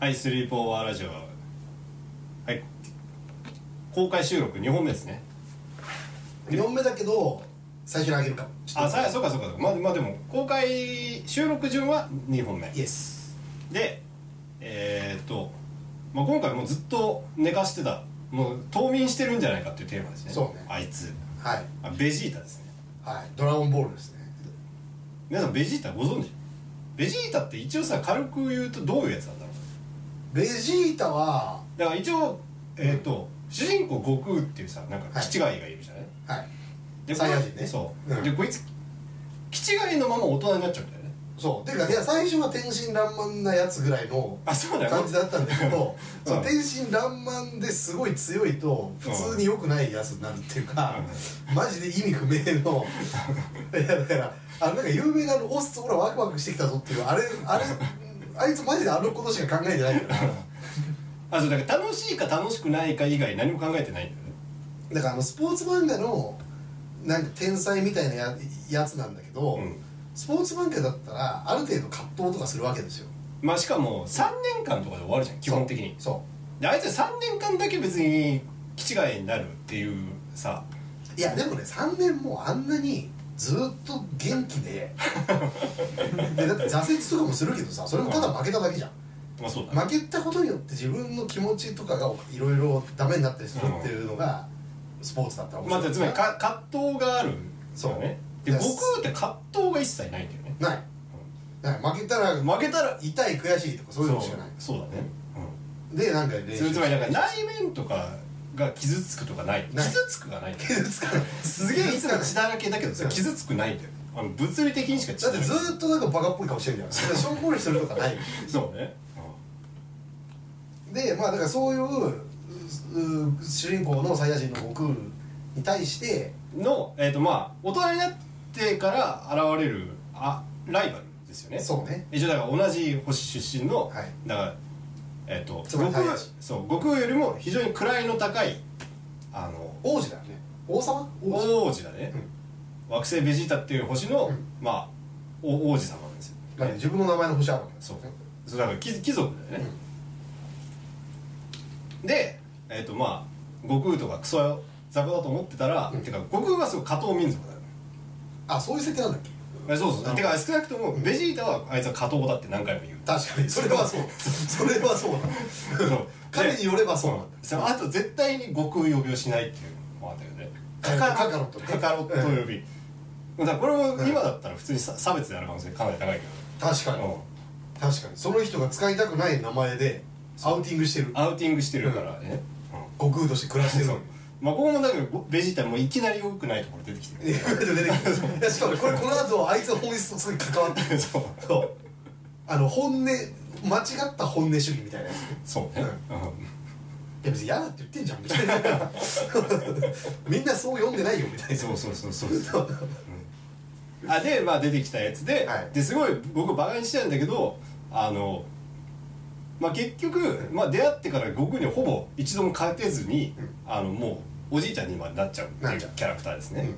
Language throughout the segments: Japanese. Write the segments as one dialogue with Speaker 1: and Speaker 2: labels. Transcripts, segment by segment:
Speaker 1: はい、スリープオーバーラジオ。はい。公開収録2本目ですね。
Speaker 2: 2本目だけど最初にあげるかもちょっ
Speaker 1: あ、
Speaker 2: と
Speaker 1: さあ、そうかそうか。まあ、まあでも、公開収録順は2本目。
Speaker 2: イエス
Speaker 1: で、えーっと、まあ、今回もうずっと寝かしてた、もう冬眠してるんじゃないかっていうテーマですね。
Speaker 2: そうね
Speaker 1: あいつ。
Speaker 2: はい
Speaker 1: あ、ベジータですね。
Speaker 2: はいドラゴンボールですね
Speaker 1: 皆さん、ベジータご存知ベジータって一応さ、軽く言うとどういうやつなんだろう
Speaker 2: ベジータは
Speaker 1: だから一応、えーっと、主人公悟空っていうさ、なんか、
Speaker 2: はい
Speaker 1: 気違いがいるじゃない、
Speaker 2: はい
Speaker 1: で
Speaker 2: サイヤ人ね
Speaker 1: そう、
Speaker 2: うん
Speaker 1: でこいつ気違いのまま大人になっちゃうんだよね
Speaker 2: そうていうかいや最初は天真爛漫なやつぐらいの
Speaker 1: あそうだよ
Speaker 2: 感じだったんだけど、
Speaker 1: うん
Speaker 2: その天真爛漫ですごい強いと普通に良くないやつになるっていうか、マジで意味不明のいやだからあのなんか有名なあのオスツ俺ワクワクしてきたぞっていうあれあれあいつマジであのことしか考えてないから
Speaker 1: あそうだから楽しいか楽しくないか以外何も考えてないんだよね
Speaker 2: だからあのスポーツ漫画のなんか天才みたいなややつなんだけど、
Speaker 1: うん
Speaker 2: スポーツ漫画だったらある程度葛藤とかするわけですよ
Speaker 1: まあしかも3年間とかで終わるじゃん基本的に
Speaker 2: そうそ
Speaker 1: であいつは3年間だけ別に気違いになるっていうさ
Speaker 2: ういやでもね3年もあんなにずっと元気 ででだって挫折とかもするけどさそれもただ負けただけじゃん
Speaker 1: まあそうだね
Speaker 2: 負けたことによって自分の気持ちとかがいろいろダメになったりするっていうのがスポーツだったら面
Speaker 1: まあ
Speaker 2: 白い
Speaker 1: つまりか葛藤がある
Speaker 2: そう
Speaker 1: よねで
Speaker 2: だか
Speaker 1: 悟
Speaker 2: ら
Speaker 1: 空って葛藤が一切ないんだよね
Speaker 2: ないない負けたら
Speaker 1: 負けたら
Speaker 2: 痛い悔しいとかそういうのしかない
Speaker 1: そうそうだねうん
Speaker 2: でなんか練
Speaker 1: そ
Speaker 2: 習
Speaker 1: れつまりなんか内面とかが傷つくとかない
Speaker 2: ない
Speaker 1: 傷つくがない
Speaker 2: 傷つかない
Speaker 1: すげえいつも血だらけだけど
Speaker 2: う
Speaker 1: さ
Speaker 2: ん
Speaker 1: 傷つくないんだよあの物理的にしか血
Speaker 2: だってず
Speaker 1: っ
Speaker 2: ーっとなんかバカっぽい顔してるじゃん証拠にするとかない
Speaker 1: とそうね
Speaker 2: でまあだからそういううう主人公のサイヤ人の悟空に対して
Speaker 1: うんのえっ、とまあ大人になってから現れるあライバルですよね
Speaker 2: そうね
Speaker 1: 一応だから同じ星出身の、
Speaker 2: はい
Speaker 1: だからえっ、と
Speaker 2: つまり
Speaker 1: 悟空
Speaker 2: 太陽
Speaker 1: そう悟空よりも非常に位の高いあの
Speaker 2: 王子だよね王様王子
Speaker 1: 王子だね、惑星ベジータっていう星の、
Speaker 2: うん
Speaker 1: まあお王子様なんですよ
Speaker 2: まあ自分の名前の星あるわけ
Speaker 1: そうそうだから貴貴族だよね、でえっ、とまあ悟空とかクソ雑魚だと思ってたら、
Speaker 2: うん
Speaker 1: てか悟空はすごい下等民族だよね
Speaker 2: あそういう設定なんだっけ
Speaker 1: えそうそう
Speaker 2: なるほど
Speaker 1: てか少なくともベジータはあいつは下等だって何回も言う
Speaker 2: 確かにそれはそうそれはそうだ
Speaker 1: そう
Speaker 2: 彼によればそうなんだ
Speaker 1: そのあと絶対に悟空呼びをしないっていうのもあったよね
Speaker 2: カカカカロットね
Speaker 1: カカロット呼び、だからこれも今だったら普通にさ差別である可能性かなり高いけ
Speaker 2: 確か
Speaker 1: ど、
Speaker 2: に
Speaker 1: うん
Speaker 2: 確かにその人が使いたくない名前でアウティングしてる
Speaker 1: アウティングしてるからね、うん
Speaker 2: 悟空として暮らしてるのに
Speaker 1: まあここもだけどベジータもいきなり良くないところ出てきて
Speaker 2: い
Speaker 1: る
Speaker 2: や出てきたいやしかもこれこの後あいつの本質とすごい関わってくる
Speaker 1: そう
Speaker 2: そうあの本音間違った本音主義みたいなやつね
Speaker 1: そうね、
Speaker 2: いや別に嫌だって言ってんじゃんみたいなみんなそう読んでないよみたい
Speaker 1: うん
Speaker 2: な
Speaker 1: そうそうそうそうそう、うんあでまあ出てきたやつで、
Speaker 2: はい
Speaker 1: ですごい僕バカにしてたんだけどあのまあ結局、まあ、出会ってから悟空にほぼ一度も勝てずに、
Speaker 2: うん
Speaker 1: あのもうおじいちゃんに今なっちゃうって
Speaker 2: ないっ
Speaker 1: う
Speaker 2: ちゃう
Speaker 1: キャラクターですね、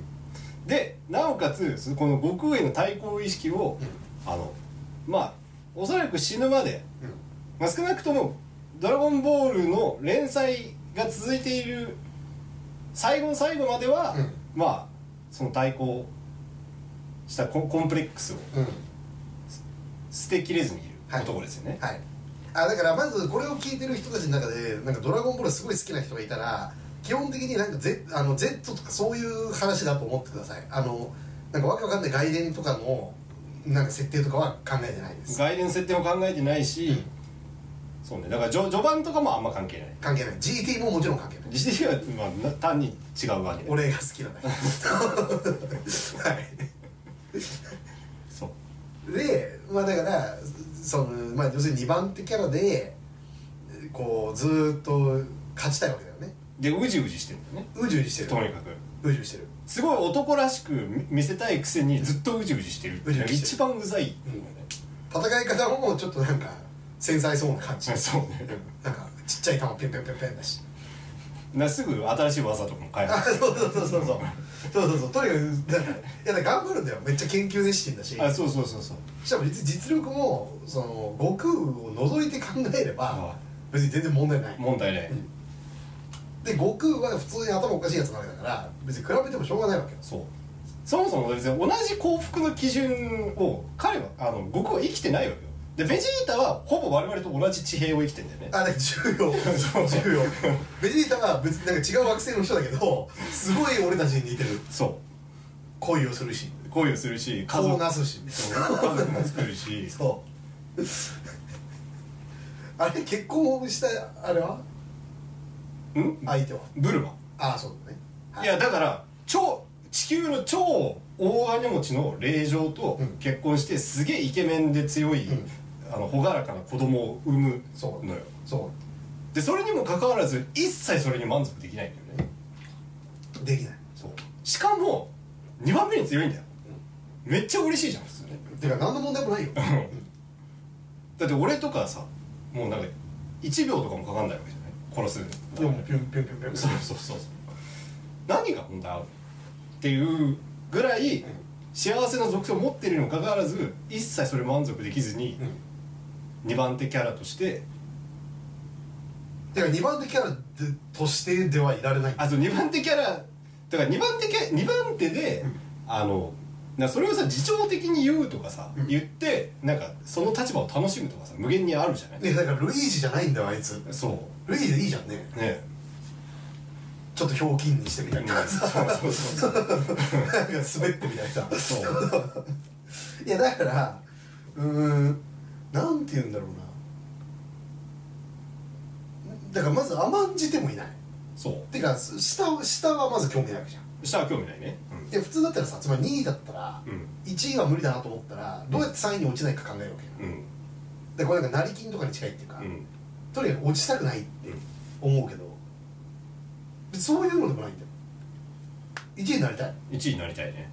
Speaker 1: でなおかつそこの悟空への対抗意識を、あのまあおそらく死ぬまで
Speaker 2: うんうん
Speaker 1: まあ、少なくとも「ドラゴンボール」の連載が続いている最後の最後までは、
Speaker 2: うん
Speaker 1: まあその対抗したコンコンプレックスを
Speaker 2: うん
Speaker 1: 捨てきれずにいる
Speaker 2: はい
Speaker 1: 男ですよね、
Speaker 2: はいあだからまずこれを聞いてる人たちの中でなんかドラゴンボールすごい好きな人がいたら基本的になんか Z, あの Z とかそういう話だと思ってくださいあのなんかわけわかんない外伝とかのなんか設定とかは考えてないです
Speaker 1: 外伝の設定も考えてないし、
Speaker 2: うん
Speaker 1: そうねだから序序盤とかもあんま関係ない
Speaker 2: 関係ない GT ももちろん関係ない
Speaker 1: 実際は、まあな、単に違うわけで
Speaker 2: 俺が好きなだけ はい
Speaker 1: そう
Speaker 2: でまあだからその、まあ、要するに2番手キャラでこうずーっと勝ちたいわけだよね
Speaker 1: でうじうじしてるんだよね
Speaker 2: うじうじして
Speaker 1: と
Speaker 2: る
Speaker 1: にかく
Speaker 2: うじうじしてる
Speaker 1: すごい男らしく見見せたいくせにずっとうじうじしてるっていうのが一番うざいっていうのね、
Speaker 2: 戦い方もちょっとなんか繊細そうな感じ
Speaker 1: そうね
Speaker 2: なんかちっちゃい球ピュンピュンピュンピュンだし
Speaker 1: なすぐ新しい技とかも開
Speaker 2: あ
Speaker 1: 発
Speaker 2: そうそうそうそうそうそうそうそうとにかくだからいやだから頑張るんだよめっちゃ研究熱心だし
Speaker 1: あそうそうそうそう
Speaker 2: しかも実実力もその悟空を除いて考えれば
Speaker 1: あ
Speaker 2: 別に全然問題ない
Speaker 1: 問題ない
Speaker 2: で悟空は普通に頭おかしいやつなわけだから別に比べてもしょうがないわけよ
Speaker 1: そうそもそも別に同じ幸福の基準を彼はあの悟空は生きてないわけよでベジータはほぼ我々と同じ地平を生きてんだよね
Speaker 2: あれ重要
Speaker 1: そう
Speaker 2: 重要ベジータは別になんか違う惑星の人だけどすごい俺たちに似てる
Speaker 1: そ
Speaker 2: 恋をするし
Speaker 1: う恋をするし家
Speaker 2: 顔を
Speaker 1: 族
Speaker 2: なすし
Speaker 1: そう家族も作るし
Speaker 2: そう あれ結婚したあれは
Speaker 1: ん
Speaker 2: 相手は
Speaker 1: ブルマ
Speaker 2: ああそうだねはい
Speaker 1: やだから超地球の超大金持ちの霊場と
Speaker 2: うん
Speaker 1: 結婚してすげえイケメンで強い、
Speaker 2: うん
Speaker 1: あの朗らかな子供を産む
Speaker 2: そう
Speaker 1: のよ
Speaker 2: そ
Speaker 1: でそれにもかかわらず一切それに満足できないんだよね
Speaker 2: うできない
Speaker 1: そうしかも2番目に強いんだよめっちゃ嬉しいじゃん普通ね
Speaker 2: てか何の問題もない よ
Speaker 1: だって俺とかさもうなんか1秒とかもかかんないわけじゃない殺す
Speaker 2: でもピュンピュンピュンピュン
Speaker 1: そうそうそうそう何が本当合うっていうぐらい幸せな属性を持っているにもかかわらず一切それ満足できずに
Speaker 2: うん
Speaker 1: 2番手キャラとして
Speaker 2: てか2番手キャラでとしてではいられない
Speaker 1: あそう2番手キャラだから2番手キャ二番手であのなそれをさ自重的に言うとかさ
Speaker 2: うん
Speaker 1: 言ってなんかその立場を楽しむとかさ無限にあるじゃない
Speaker 2: ねだからルイージじゃないんだよあいつ
Speaker 1: そ
Speaker 2: ルイージでいいじゃんね
Speaker 1: うね
Speaker 2: ちょっとひょうきんにしてみたりとかさ
Speaker 1: うんそうそうそう
Speaker 2: なんか滑ってみたりさ
Speaker 1: そう
Speaker 2: いやだからうーんなんて言うんだろうなだからまず甘んじてもいない
Speaker 1: そ
Speaker 2: てか下を下はまず興味ないわけじゃん
Speaker 1: う下は興味ないね
Speaker 2: いや普通だったらさつまり2位だったら
Speaker 1: うん
Speaker 2: 1位は無理だなと思ったらどうやって3位に落ちないか考えるわけよ
Speaker 1: うん
Speaker 2: でこれなんか成金とかに近いっていうか、
Speaker 1: うん
Speaker 2: とにかく落ちたくないって
Speaker 1: うん
Speaker 2: 思うけどそういうのでもないんだよ1位になりたい、
Speaker 1: 1位になりたいね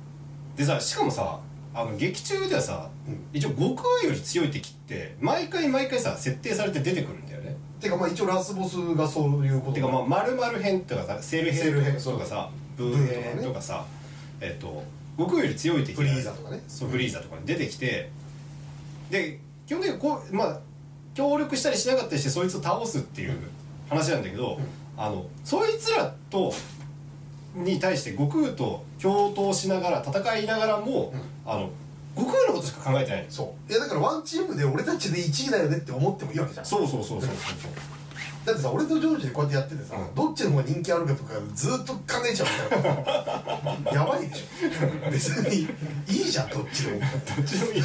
Speaker 1: でさしかもさあの劇中ではさ
Speaker 2: うん、
Speaker 1: 一応悟空より強い敵って毎回毎回さ設定されて出てくるんだよね
Speaker 2: てかまあ一応ラスボスがそういうこと
Speaker 1: てかまあ丸々編とかさセール
Speaker 2: セール編
Speaker 1: 編とかさブー編とかさえっと悟空より強い敵
Speaker 2: フ
Speaker 1: が
Speaker 2: リーザとかね
Speaker 1: そうフリーザとかに出てきてで基本的にこうまあ協力したりしなかったりしてそいつを倒すっていう話なんだけど、
Speaker 2: うん
Speaker 1: あのそいつらとに対して悟空と共闘しながら戦いながらも、あの悟空のことしか考えてないんです
Speaker 2: そういやだからワンチームで俺たちで1位だよねって思ってもいいわけじゃん
Speaker 1: そうそう そうそうそう
Speaker 2: だってさ俺とジョージでこうやってやっててさ、
Speaker 1: うん
Speaker 2: どっちの方が人気あるかとかずっと兼ねちゃうみたいなやばいでしょ別にいいじゃんどっち でも
Speaker 1: どっちでもいい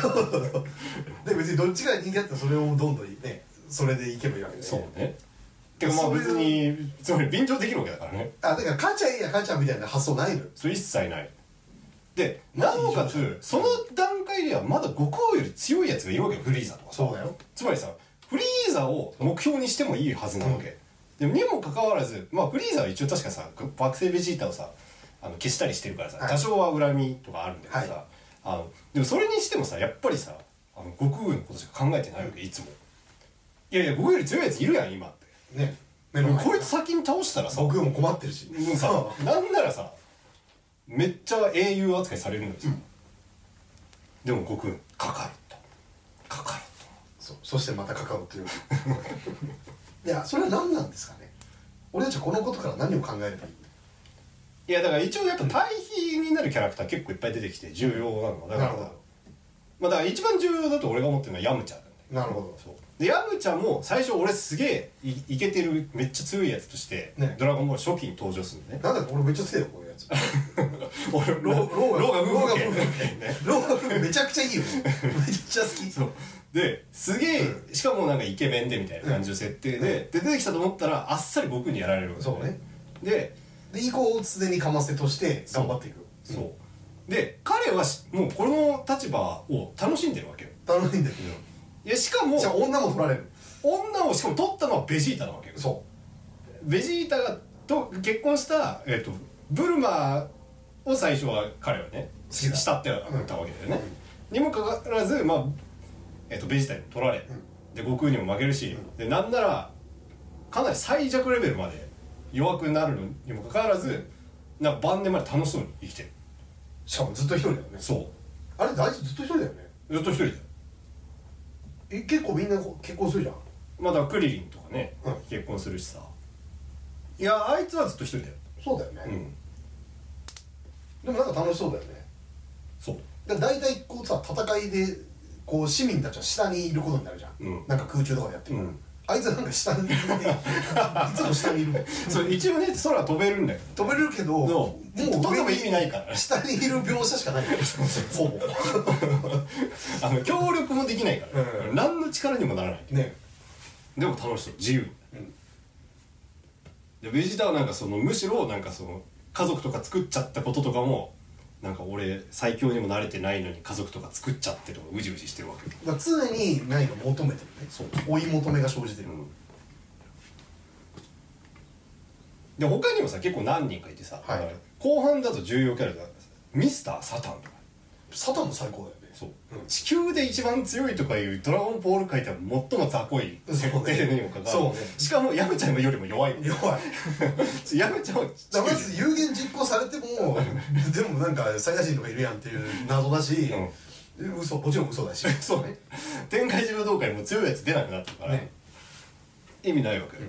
Speaker 2: で別にどっちが人気だったらそれをどんどんねそれでいけばいいわけで、ね、
Speaker 1: そうねてかまあ
Speaker 2: そういう
Speaker 1: 別につまり便乗できるわけだからね
Speaker 2: あだから勝ちゃいいや勝ちゃみたいな発想ないのよ
Speaker 1: それ一切ないでなおかつその段階ではまだ悟空より強いやつがいるわけよフリーザとかさ
Speaker 2: そうだよ
Speaker 1: つまりさフリーザを目標にしてもいいはずなわけ、でにもかかわらず、まあ、フリーザは一応確かさ惑星ベジータをさあの消したりしてるからさ、
Speaker 2: はい
Speaker 1: 多少は恨みとかあるんだけどさ、
Speaker 2: はい
Speaker 1: あのでもそれにしてもさやっぱりさあの悟空のことしか考えてないわけいつもいやいや僕より強いやついるやん今って
Speaker 2: ね目の前
Speaker 1: こいつ先に倒したらさ
Speaker 2: 僕も困ってるし
Speaker 1: もうさなんならさめっちゃ英雄扱いされるのにさ、でも悟空かかるとかかると
Speaker 2: そうそしてまたかかるという いやそれは何なんですかね俺たちはこのことから何を考えればいい
Speaker 1: いやだから一応やっぱ対比になるキャラクター結構いっぱい出てきて重要なのがだか
Speaker 2: な
Speaker 1: ら
Speaker 2: るほど
Speaker 1: まあだから一番重要だと俺が思ってるのはヤムチャなんだよ
Speaker 2: なるほ
Speaker 1: そうでヤムチャも最初俺すげえいイケてるめっちゃ強いやつとして、
Speaker 2: ね
Speaker 1: ドラゴンボール初期に登場するのね
Speaker 2: どなんだろう俺めっちゃ強いよこういうやつ
Speaker 1: 俺ローローがムーブ
Speaker 2: ロー がムー
Speaker 1: ね
Speaker 2: ローめちゃくちゃいいよめっちゃ好き
Speaker 1: そうですげえ、しかもなんかイケメンでみたいな感じの設定で,、で出てきたと思ったらあっさり僕にやられるわけ
Speaker 2: そうね
Speaker 1: で
Speaker 2: で以降すでにかませとして頑張っていく
Speaker 1: そう、で彼はしもうこの立場を楽しんでるわけよ
Speaker 2: 楽しいんだけ
Speaker 1: いやしかも
Speaker 2: どじゃあ女も取られる
Speaker 1: 女をしかも取ったのはベジータなわけよ
Speaker 2: そ
Speaker 1: ベジータがと結婚した、えっとブルマを最初は彼はね
Speaker 2: 好きだ
Speaker 1: 慕ってたわけだよね、にもかかわらず、まあえっとベジータにも取られ、で悟空にも負けるし、でなんならかなり最弱レベルまで弱くなるのにもかかわらずなんか晩年まで楽しそうに生きてる
Speaker 2: しかもずっと一人だよね
Speaker 1: そ
Speaker 2: あれ大豆ずっと一人だよね
Speaker 1: うずっと一人だよ
Speaker 2: え結構みんな結婚するじゃん
Speaker 1: まあだからクリリンとかね、
Speaker 2: うん
Speaker 1: 結婚するしさいやあいつはずっと一人だよ
Speaker 2: そうだよね、
Speaker 1: うん
Speaker 2: でもなんか楽しそうだよね
Speaker 1: そう
Speaker 2: だから大体こうさ戦いでこう市民たちは下にいることになるじゃん、
Speaker 1: うん
Speaker 2: なんか空中とかでやってるから、
Speaker 1: うん
Speaker 2: あいつはなんか下 にいていつも下にいるもん
Speaker 1: そう一応ね空飛べるんだけ
Speaker 2: 飛べるけ
Speaker 1: ど
Speaker 2: ども
Speaker 1: う飛んでも意味ないからね
Speaker 2: 下にいる描写しかないからほぼ
Speaker 1: あの協力もできないから、
Speaker 2: うん
Speaker 1: 何の力にもならない
Speaker 2: ね
Speaker 1: でも楽しそう自由
Speaker 2: うん
Speaker 1: でベジータはなんかそのむしろなんかその家族とか作っちゃったこととかもなんか俺最強にも慣れてないのに家族とか作っちゃってとかうじうじしてるわけよ
Speaker 2: だから常に何か求めてるね
Speaker 1: そう
Speaker 2: 追い求めが生じてる、
Speaker 1: で他にもさ結構何人かいてさ、
Speaker 2: はい
Speaker 1: 後半だと重要キャラだからさミスター・サタンとか
Speaker 2: サタンも最高だよね
Speaker 1: そう、
Speaker 2: うん
Speaker 1: 地球で一番強いとかいうドラゴンボール界では最も雑魚い設定にもかか
Speaker 2: そう
Speaker 1: わ
Speaker 2: ね
Speaker 1: らずしかもヤムちゃんよりも弱いもん
Speaker 2: 弱い
Speaker 1: ヤムちゃんは地
Speaker 2: だ
Speaker 1: 球
Speaker 2: からまず有言実行されてもでもなんか最大人とかいるやんっていう謎だし、嘘もちろん嘘だし
Speaker 1: そうね天界自武道会も強いやつ出なくなったから、
Speaker 2: ね
Speaker 1: 意味ないわけよ、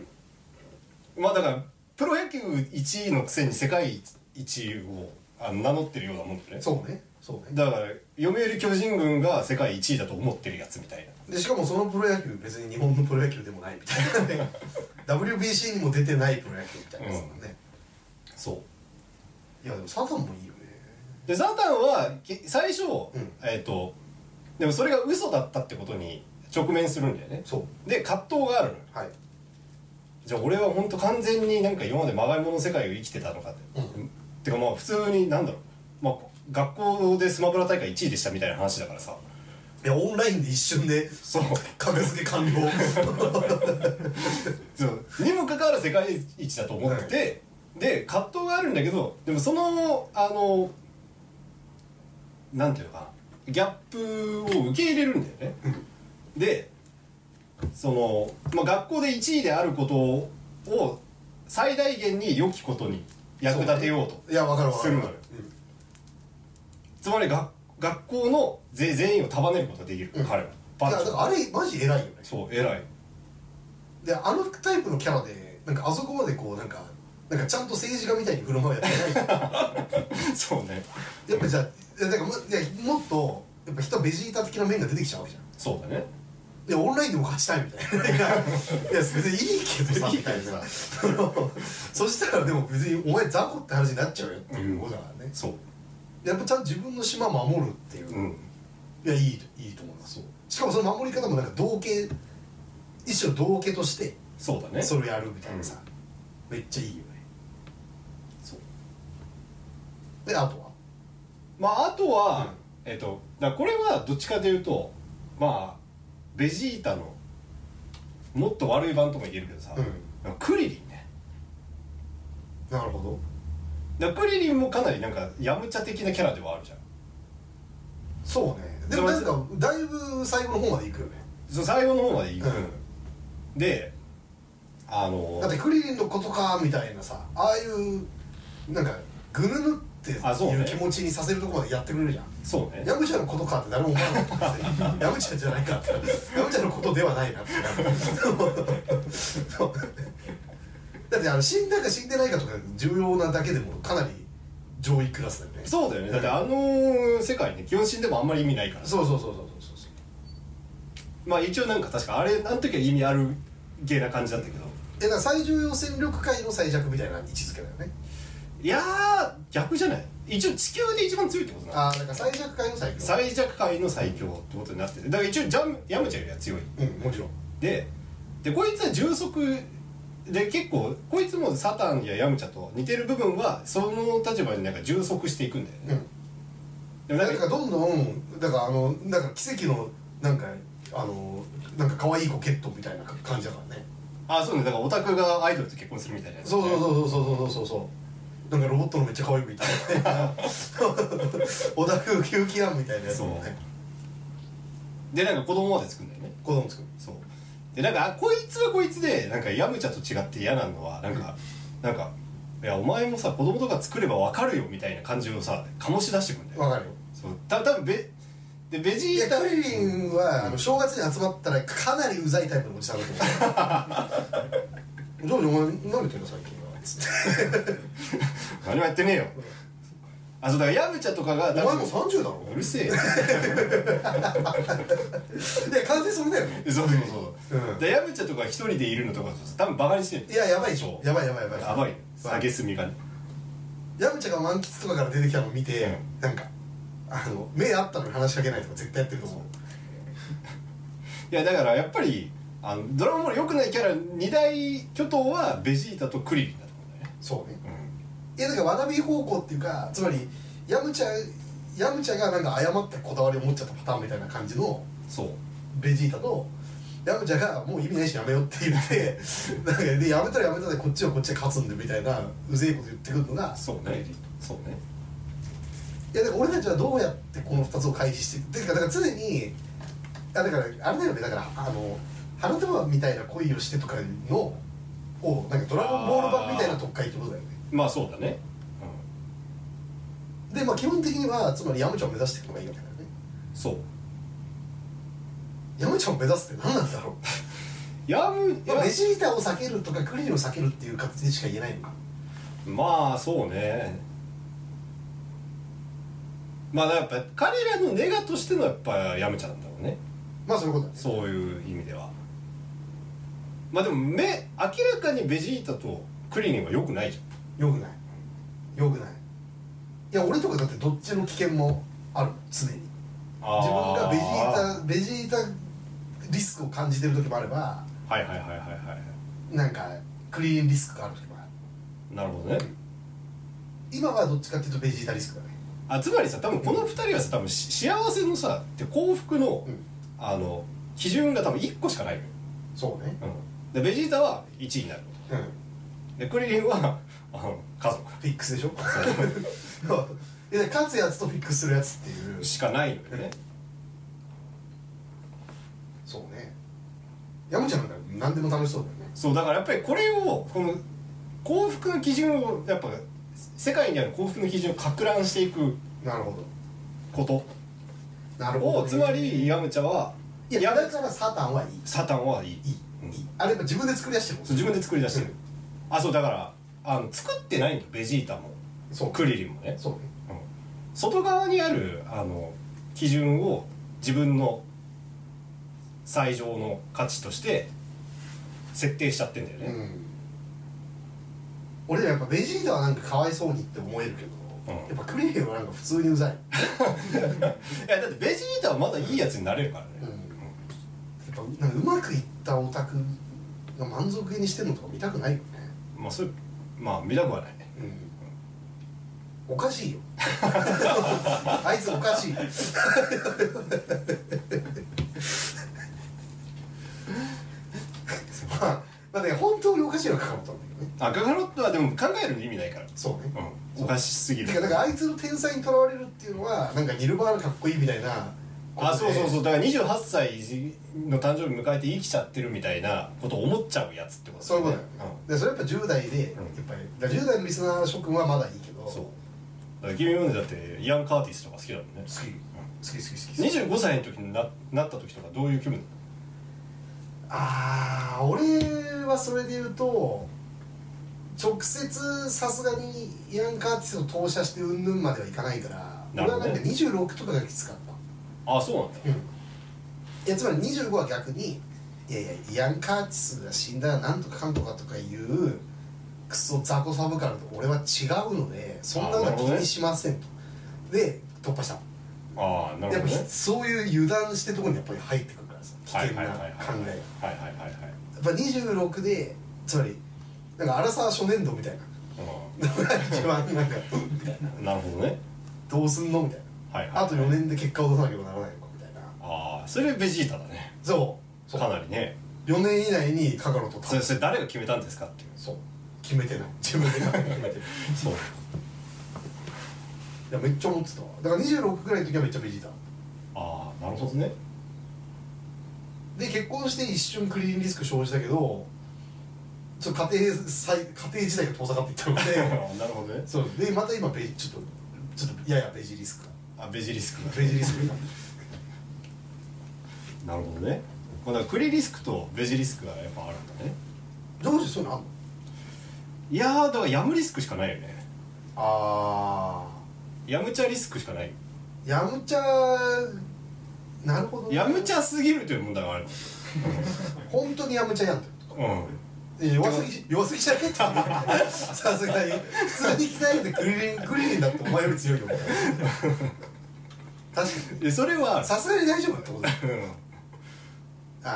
Speaker 1: まあだからプロ野球1位のくせに世界一をあの名乗ってるようなもんでね
Speaker 2: そうねそうね
Speaker 1: だから読売巨人軍が世界一位だと思ってるやつみたいな
Speaker 2: でしかもそのプロ野球別に日本のプロ野球でもないみたい なね WBC にも出てないプロ野球みたいなやつだもんね、
Speaker 1: そう
Speaker 2: いやでもサタンもいいよね
Speaker 1: でサタンはき最初、
Speaker 2: ん
Speaker 1: えっ、とでもそれが嘘だったってことに直面するんだよね
Speaker 2: そう
Speaker 1: で葛藤があるのよ
Speaker 2: はい
Speaker 1: じゃあ俺は本当完全になんか今までまがいもの世界を生きてたのかって、
Speaker 2: うん
Speaker 1: てかまあ普通になんだろう、まあ、学校でスマブラ大会1位でしたみたいな話だからさ
Speaker 2: いやオンラインで一瞬で
Speaker 1: そう
Speaker 2: 格付け完了
Speaker 1: そうにもかかわらず世界一だと思ってて、で葛藤があるんだけどでもそのあのなんていうのかなギャップを受け入れるんだよね、でその、まあ、学校で1位であることを最大限に良きことに 役立てようと
Speaker 2: いやわかるわかる
Speaker 1: するのよつまり学学校のぜ全員を束ねることができる、
Speaker 2: うん
Speaker 1: 彼は
Speaker 2: うん、
Speaker 1: バ
Speaker 2: いや
Speaker 1: ッ
Speaker 2: だ
Speaker 1: チ
Speaker 2: からあれマジ偉いよね
Speaker 1: そう偉い
Speaker 2: であのタイプのキャラでなんかあそこまでこうなんかなんかちゃんと政治家みたいに振る舞うやついない
Speaker 1: そうね
Speaker 2: やっぱじゃあいやなんかもいやもっとやっぱ人はベジータ的な面が出てきちゃうわけじゃん
Speaker 1: そうだね
Speaker 2: でオンラインでも勝ちたいみたいないやいや別にいいけどさ
Speaker 1: い
Speaker 2: み
Speaker 1: いけ
Speaker 2: た
Speaker 1: ど
Speaker 2: いなそのそしたらでも別にお前雑魚って話になっちゃうよっていうことだからね、
Speaker 1: そう
Speaker 2: やっぱちゃんと自分の島守るっていう、
Speaker 1: う
Speaker 2: い
Speaker 1: ん
Speaker 2: やいいといいと思いますしかもその守り方もなんか同系一種の同系として
Speaker 1: そうだね
Speaker 2: それをやるみたいなさ、めっちゃいいよね
Speaker 1: そう
Speaker 2: であとは
Speaker 1: まああとは、えっ、とだからこれはどっちかというとまあベジータのもっと悪い版とも言えるけどさ、
Speaker 2: うん
Speaker 1: クリリンね
Speaker 2: なるほど
Speaker 1: だからクリリンもかなりなんかヤムチャ的なキャラではあるじゃん
Speaker 2: そうねでもなんかだいぶ最後の方までいくよね
Speaker 1: その最後の方まで行く、
Speaker 2: うん
Speaker 1: であの
Speaker 2: だってクリリンのことかみたいなさああいうなんかぐぬぬってい
Speaker 1: あそう
Speaker 2: う
Speaker 1: ね
Speaker 2: 気持ちにさせるとこまでやってくれるじゃん
Speaker 1: そうね
Speaker 2: ヤムチャのことかって誰も思わなかったんですよヤムチャじゃないかってヤムチャのことではないなってそうだってあの死んだか死んでないかとか重要なだけでもかなり上位クラスだよね
Speaker 1: そうだよねだってあの世界ね基本死んでもあんまり意味ないから
Speaker 2: そうそうそうそうそうそう
Speaker 1: まあ一応なんか確かあれあの時は意味ある系な感じだったけど
Speaker 2: えだから最重要戦力界の最弱みたいな位置づけだよね
Speaker 1: いやー逆じゃない一応地球で一番強いってことなの
Speaker 2: ああだから最弱界の最強
Speaker 1: 最弱界の最強ってことになっててだから一応ジャムヤムチャよりは強い
Speaker 2: うんもちろん
Speaker 1: ででこいつは充足で結構こいつもサタンやヤムチャと似てる部分はその立場になんか充足していくんだよね、
Speaker 2: うん
Speaker 1: でも
Speaker 2: な
Speaker 1: なん
Speaker 2: ん
Speaker 1: か
Speaker 2: かどんどんだからあのなんか奇跡のなんかあのなんか可愛いコケットみたいな感じだからね
Speaker 1: あそうねだからオタクがアイドルと結婚するみたいなやつ
Speaker 2: そうそうそうそうそうそうそうそうなんかロボットのめっちゃ可愛い子いた 小田空気浮きやんみたいなやつもね
Speaker 1: でなんか子供まで作るんだよね
Speaker 2: 子供作る
Speaker 1: そうでなんかあこいつはこいつでなんかヤムチャと違って嫌なのはなんかなんかいやお前もさ子供とか作ればわかるよみたいな感じをさ醸し出してくんだよ
Speaker 2: わかるよ
Speaker 1: そうた多分ベでベジ
Speaker 2: いや
Speaker 1: ータ
Speaker 2: クリリンはあの正月に集まったらかなりうざいタイプのおじさんだと思うジョージお前何言ってんの最近はつって
Speaker 1: 何もやってねえよあそうだからヤブチャとかが
Speaker 2: お前もう30だろ
Speaker 1: うるせえよ
Speaker 2: いや完全にそれだよね
Speaker 1: そうそうそう、
Speaker 2: うん
Speaker 1: でヤブチャとか一人でいるのとか多分バカにしてる
Speaker 2: いややばいでしょ
Speaker 1: そう
Speaker 2: やばいやばいやばい
Speaker 1: やばいね
Speaker 2: は
Speaker 1: 下
Speaker 2: い
Speaker 1: げすみがね
Speaker 2: ヤムチャが満喫とかから出てきたのを見て、
Speaker 1: うん
Speaker 2: なんかあの目あったのに話しかけないとか絶対やってると思う
Speaker 1: いやだからやっぱりあのドラゴンボール良くないキャラ二大巨頭はベジータとクリリンだと思うんだよね
Speaker 2: そうねいやだからわなび方向っていうかつまりヤムチャヤムチャがなんか誤ったこだわりを持っちゃったパターンみたいな感じの
Speaker 1: そう
Speaker 2: ベジータとヤムチャがもう意味ないしやめようって言って なんかでやめたらやめたでこっちはこっちで勝つんでみたいなうぜえこと言ってくるのが
Speaker 1: そうねそうね
Speaker 2: いやだから俺たちはどうやってこの2つを回避しててかだから常にあだからあれだよねだからあの花束みたいな恋をしてとかのをなんかドラゴンボール版みたいな特会ってことだよね
Speaker 1: まあそうだね、
Speaker 2: でまあ基本的にはつまりヤムチャを目指していくのがいいわけだよね
Speaker 1: うん、そう
Speaker 2: ヤムチャを目指すって何なんだろう
Speaker 1: ヤムい
Speaker 2: まあ
Speaker 1: や
Speaker 2: ベジータを避けるとかクリリンを避けるっていう形でしか言えないのか
Speaker 1: まあそうねまあだからやっぱ彼らのネガとしてのやっぱヤムチャなんだろうね
Speaker 2: まあそういうことだね
Speaker 1: そういう意味ではまあでも目明らかにベジータとクリリンは良くないじ
Speaker 2: よくないよくないいや俺とかだってどっちの危険もある常に
Speaker 1: ゃん
Speaker 2: 自分がベジータベジータリスクを感じてる時もあれば
Speaker 1: タはいはいはいはいはい
Speaker 2: なんかクリーンリスクがある時もある
Speaker 1: なるほどね
Speaker 2: 今はどっちかっていうとベジータリスクだね
Speaker 1: あつまりさ多分この二人はさ多分し幸せのさって幸福の、
Speaker 2: うん
Speaker 1: あの基準が多分一個しかないのよ、
Speaker 2: そうね
Speaker 1: うん、でベジータは1位になるこ
Speaker 2: うん
Speaker 1: とでクリリンはあの家族
Speaker 2: フィックスでしょ いや勝つやつとフィックスするやつっていう
Speaker 1: しかないのよね
Speaker 2: そうね山ちゃんなんか何でも楽しそうだよね
Speaker 1: そうだからやっぱりこれをこの幸福の基準をやっぱ世界にある幸福の基準をか乱していく
Speaker 2: なるほど
Speaker 1: こと
Speaker 2: なるほど、
Speaker 1: を
Speaker 2: ね、
Speaker 1: つまりヤムチャはい
Speaker 2: や
Speaker 1: や
Speaker 2: だからサタンはいい
Speaker 1: サタンはいい
Speaker 2: いい、
Speaker 1: うん
Speaker 2: いいあれやっぱ自分で作り出してるもん
Speaker 1: そう自分で作り出してる、
Speaker 2: うん
Speaker 1: あそうだからあの作ってないんだよベジータも
Speaker 2: そう
Speaker 1: クリリンもね
Speaker 2: そうね
Speaker 1: うん外側にあるあの基準を自分の最上の価値として設定しちゃってんだよ
Speaker 2: う
Speaker 1: ね、
Speaker 2: ん俺らやっぱベジータはなんかかわいそうにって思えるけど、
Speaker 1: うん
Speaker 2: やっぱクリリンはなんか普通にうざい、
Speaker 1: いやだってベジータはまだいいやつになれるからね、
Speaker 2: うんやっぱなんかうまくいったオタクが満足げにしてるのとか見たくないよね、
Speaker 1: まあそれまあ見たくはないね
Speaker 2: おかしいよ あいつお かしいまあまあね本当におかしいのはカカロットなんだけどね
Speaker 1: あガガロットはでも考える意味ないから、
Speaker 2: そうね
Speaker 1: おかしすぎる
Speaker 2: てかだからあいつの天才にとらわれるっていうのはなんかニルバーナかっこいいみたいなことで
Speaker 1: あそうそうそうだから28歳の誕生日迎えて生きちゃってるみたいなこと思っちゃうやつってこと
Speaker 2: そういうことだよね、でそれやっぱ10代で、
Speaker 1: うん
Speaker 2: やっぱりだから10代のリスナー諸君はまだいいけど
Speaker 1: うんそうだから君もねだってイアン・カーティスとか好きだもんね
Speaker 2: 好き好き好き好き
Speaker 1: 25歳の時にななった時とかどういう気分
Speaker 2: ああ俺はそれで言うと直接さすがにイアン・カーティスを投射してうんぬんまではいかないから
Speaker 1: なる
Speaker 2: 俺
Speaker 1: ほ
Speaker 2: は
Speaker 1: ど
Speaker 2: な
Speaker 1: ね
Speaker 2: んか26とかがきつかった
Speaker 1: あそうなんだ
Speaker 2: うんいやつまり25は逆にいやいやイアン・カーティスが死んだらなんとかかんとかとかいうクソ雑魚サブカルと俺は違うのでそんなの
Speaker 1: あーな
Speaker 2: は
Speaker 1: る
Speaker 2: 気
Speaker 1: ほどね
Speaker 2: にしませんと、で突破した
Speaker 1: ああな
Speaker 2: や
Speaker 1: る
Speaker 2: っ
Speaker 1: ほ
Speaker 2: ぱ
Speaker 1: どね
Speaker 2: そういう油断してところにやっぱり入ってくるからさ危険な考えが、
Speaker 1: はいはいはいはいはい
Speaker 2: やっぱ26でつまりなんか荒沢初年度みたいな 一番なんかうんみたいな
Speaker 1: うんなるほどね
Speaker 2: どうすんのみたい
Speaker 1: はいはいは
Speaker 2: ないあと4年で結果を出さなければならないのかみたいな
Speaker 1: ああそれベジータだね
Speaker 2: そうそう
Speaker 1: かなりね
Speaker 2: 4年以内にカカロと
Speaker 1: それそれ誰が決めたんですか っていう
Speaker 2: そう決めてない自分で決めてる
Speaker 1: そう
Speaker 2: いやめっちゃ思ってたわだから26ぐらいの時はめっちゃベジータ
Speaker 1: ああなるほどね
Speaker 2: で結婚して一瞬クリーンリスク生じたけどちょっと家庭さい家庭自体が遠ざかっていったの で
Speaker 1: なるほどね
Speaker 2: そうでまた今ベちょっとちょっとややベジ リスク
Speaker 1: あベジリスク
Speaker 2: ベジリスク
Speaker 1: なるほどねまあだからクリリスクとベジリスクがやっぱあるんだね
Speaker 2: ジョージそういうのあんの
Speaker 1: いやーだからやむリスクしかないよね
Speaker 2: あ
Speaker 1: やむちゃリスクしかない
Speaker 2: ーヤムチャなるほどね
Speaker 1: やむちゃすぎるという問題がある
Speaker 2: 本当にヤムチャやんってことか
Speaker 1: うん
Speaker 2: いや弱すぎ弱すぎじゃねえって言うさすがに普通に鍛えてクリリンクリリンだってお前より強いよ確か
Speaker 1: えそれは
Speaker 2: にさすがに大丈夫だってことだ
Speaker 1: う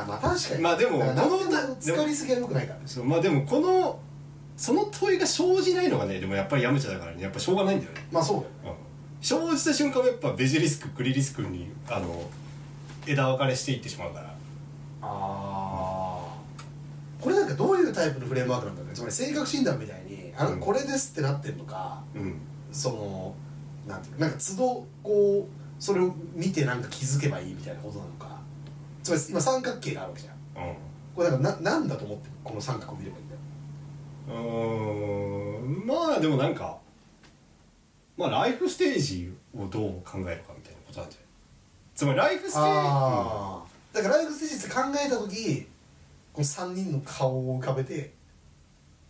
Speaker 2: あまあ確かに
Speaker 1: まあでも
Speaker 2: だから
Speaker 1: 物
Speaker 2: 何
Speaker 1: 語
Speaker 2: でも使いすぎはよくないからね
Speaker 1: んそうまあでもこのその問いが生じないのがねでもやっぱりやむちゃだからねやっぱしょうがないんだよね、
Speaker 2: まあそうだ
Speaker 1: う
Speaker 2: よ
Speaker 1: ん、生じた瞬間はやっぱベジリスククリリスクにあの枝分かれしていってしまうから
Speaker 2: ああこれなんかどういうタイプのフレームワークなんだろうねつまり性格診断みたいにあの
Speaker 1: うん
Speaker 2: これですってなってるのか、
Speaker 1: うん
Speaker 2: そのなんていうかなんか都度こうそれを見てなんか気づけばいいみたいなことなのかつまり今三角形があるわけじゃん
Speaker 1: う
Speaker 2: これなんかななんだと思ってこの三角を見ればいいんだよ
Speaker 1: んうーんまあでもなんかまあライフステージをどう考えるかみたいなことなんじゃないつまりライフステー
Speaker 2: あーだからライフステージって考えた時この3人の顔を浮かべて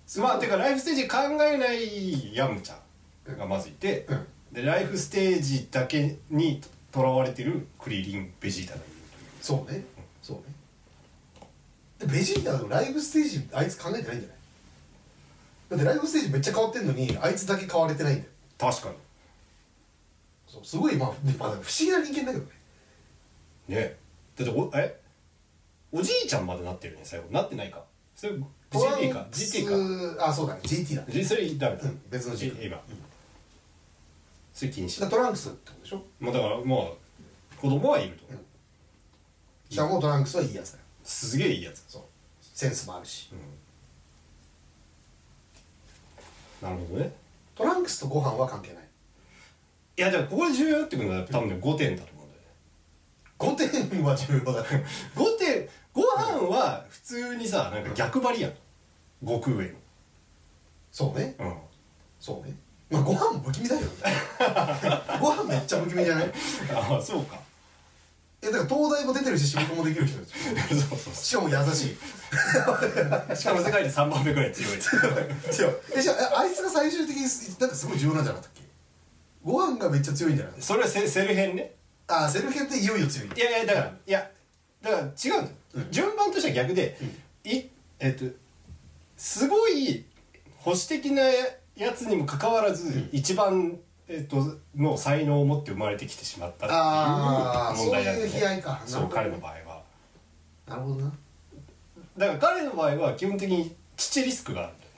Speaker 1: ジまあてかライフステージ考えないヤムちゃんがまずいて、
Speaker 2: うん
Speaker 1: でライフステージだけにとらわれてるクリリンベジータがいる
Speaker 2: そうねそうねでベジータのライブステージあいつ考えてないんじゃないだってライブステージめっちゃ変わってんのにあいつだけ変われてないんだよ
Speaker 1: という確か
Speaker 2: そうすごいまあ、まあ、不思議な人間だけどね
Speaker 1: にねだっておえおじいちゃんまでなってるね最後なってないかそれ GT か GT か
Speaker 2: かあそうだね GT だね
Speaker 1: G- それダメだ、
Speaker 2: うん別の G
Speaker 1: 今、それ禁止
Speaker 2: だからトランクスってことでしょ
Speaker 1: まあだからまあ子供はいると、
Speaker 2: うんじゃあもうトランクスはいいやつだよ
Speaker 1: すげえいいやつ、
Speaker 2: そうセンスもあるし
Speaker 1: なるほどね
Speaker 2: トランクスとご飯は関係ない
Speaker 1: いやじゃあここで重要になってくるのは多分ね5点だと思うんだよね
Speaker 2: 5点は重要だね
Speaker 1: 5点ご飯は普通にさなんか逆張りやん極上の
Speaker 2: そうね
Speaker 1: うん
Speaker 2: そうねまあご飯も不気 味だけどねご飯めっちゃ不気味じゃない
Speaker 1: ああそうか
Speaker 2: えだから東大も出てるし仕事もできる人ですよ
Speaker 1: そうそうそ
Speaker 2: しかも優しい
Speaker 1: うしかも世界で3番目ぐらい強い
Speaker 2: 違うえじゃああいつが最終的にすなんかすごい重要なんじゃなかったっけご飯がめっちゃ強いんじゃなかっ
Speaker 1: それはセセル編ね
Speaker 2: たあーセルフ編っていよいよ強い
Speaker 1: いやいやだからいやだから違うんだよ、順番としては逆で、いえっとすごい保守的なやつにもかかわらず、一番、えっとの才能を持って生まれてきてしまったって
Speaker 2: あー
Speaker 1: いう問題なんだよ、ね、
Speaker 2: そういう悲哀か
Speaker 1: そう
Speaker 2: な
Speaker 1: 彼
Speaker 2: る
Speaker 1: の
Speaker 2: ほど
Speaker 1: 場合は
Speaker 2: なるほどな
Speaker 1: だから彼の場合は基本的に父リスクがあるんだよ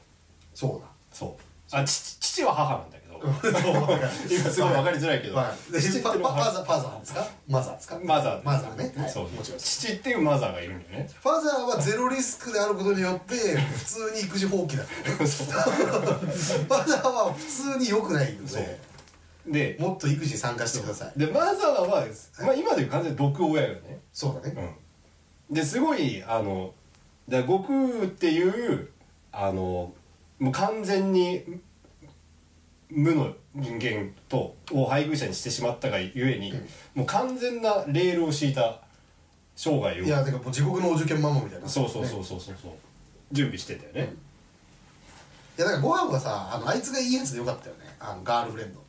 Speaker 2: そうだ
Speaker 1: そうあ父父は母なんだけど今すごい分かりづらいけど、
Speaker 2: はいでパパパーザーパーザーですかマザーですか
Speaker 1: マザー
Speaker 2: マザーね、はい
Speaker 1: そう
Speaker 2: もちろん
Speaker 1: 父っていうマザーがいるんだよね
Speaker 2: ファザーはゼロリスクであることによって普通に育児放棄だ からねファザーは普通に良くないの
Speaker 1: そう
Speaker 2: で
Speaker 1: で
Speaker 2: もっと育児に参加してください
Speaker 1: でマザーは、まあ、今でいう完全に毒親よね、
Speaker 2: そうだね、
Speaker 1: うん、ですごいあのだから悟空っていうあのもう完全に無の人間とを配偶者にしてしまったがゆえに、もう完全なレールを敷いた生涯を
Speaker 2: いやてかもう地獄のお受験ママみたいな
Speaker 1: そうそうそうそうそうそう準備してたよね、
Speaker 2: いやだからご飯はさあのあいつがいいやつでよかったよねあのガールフレンド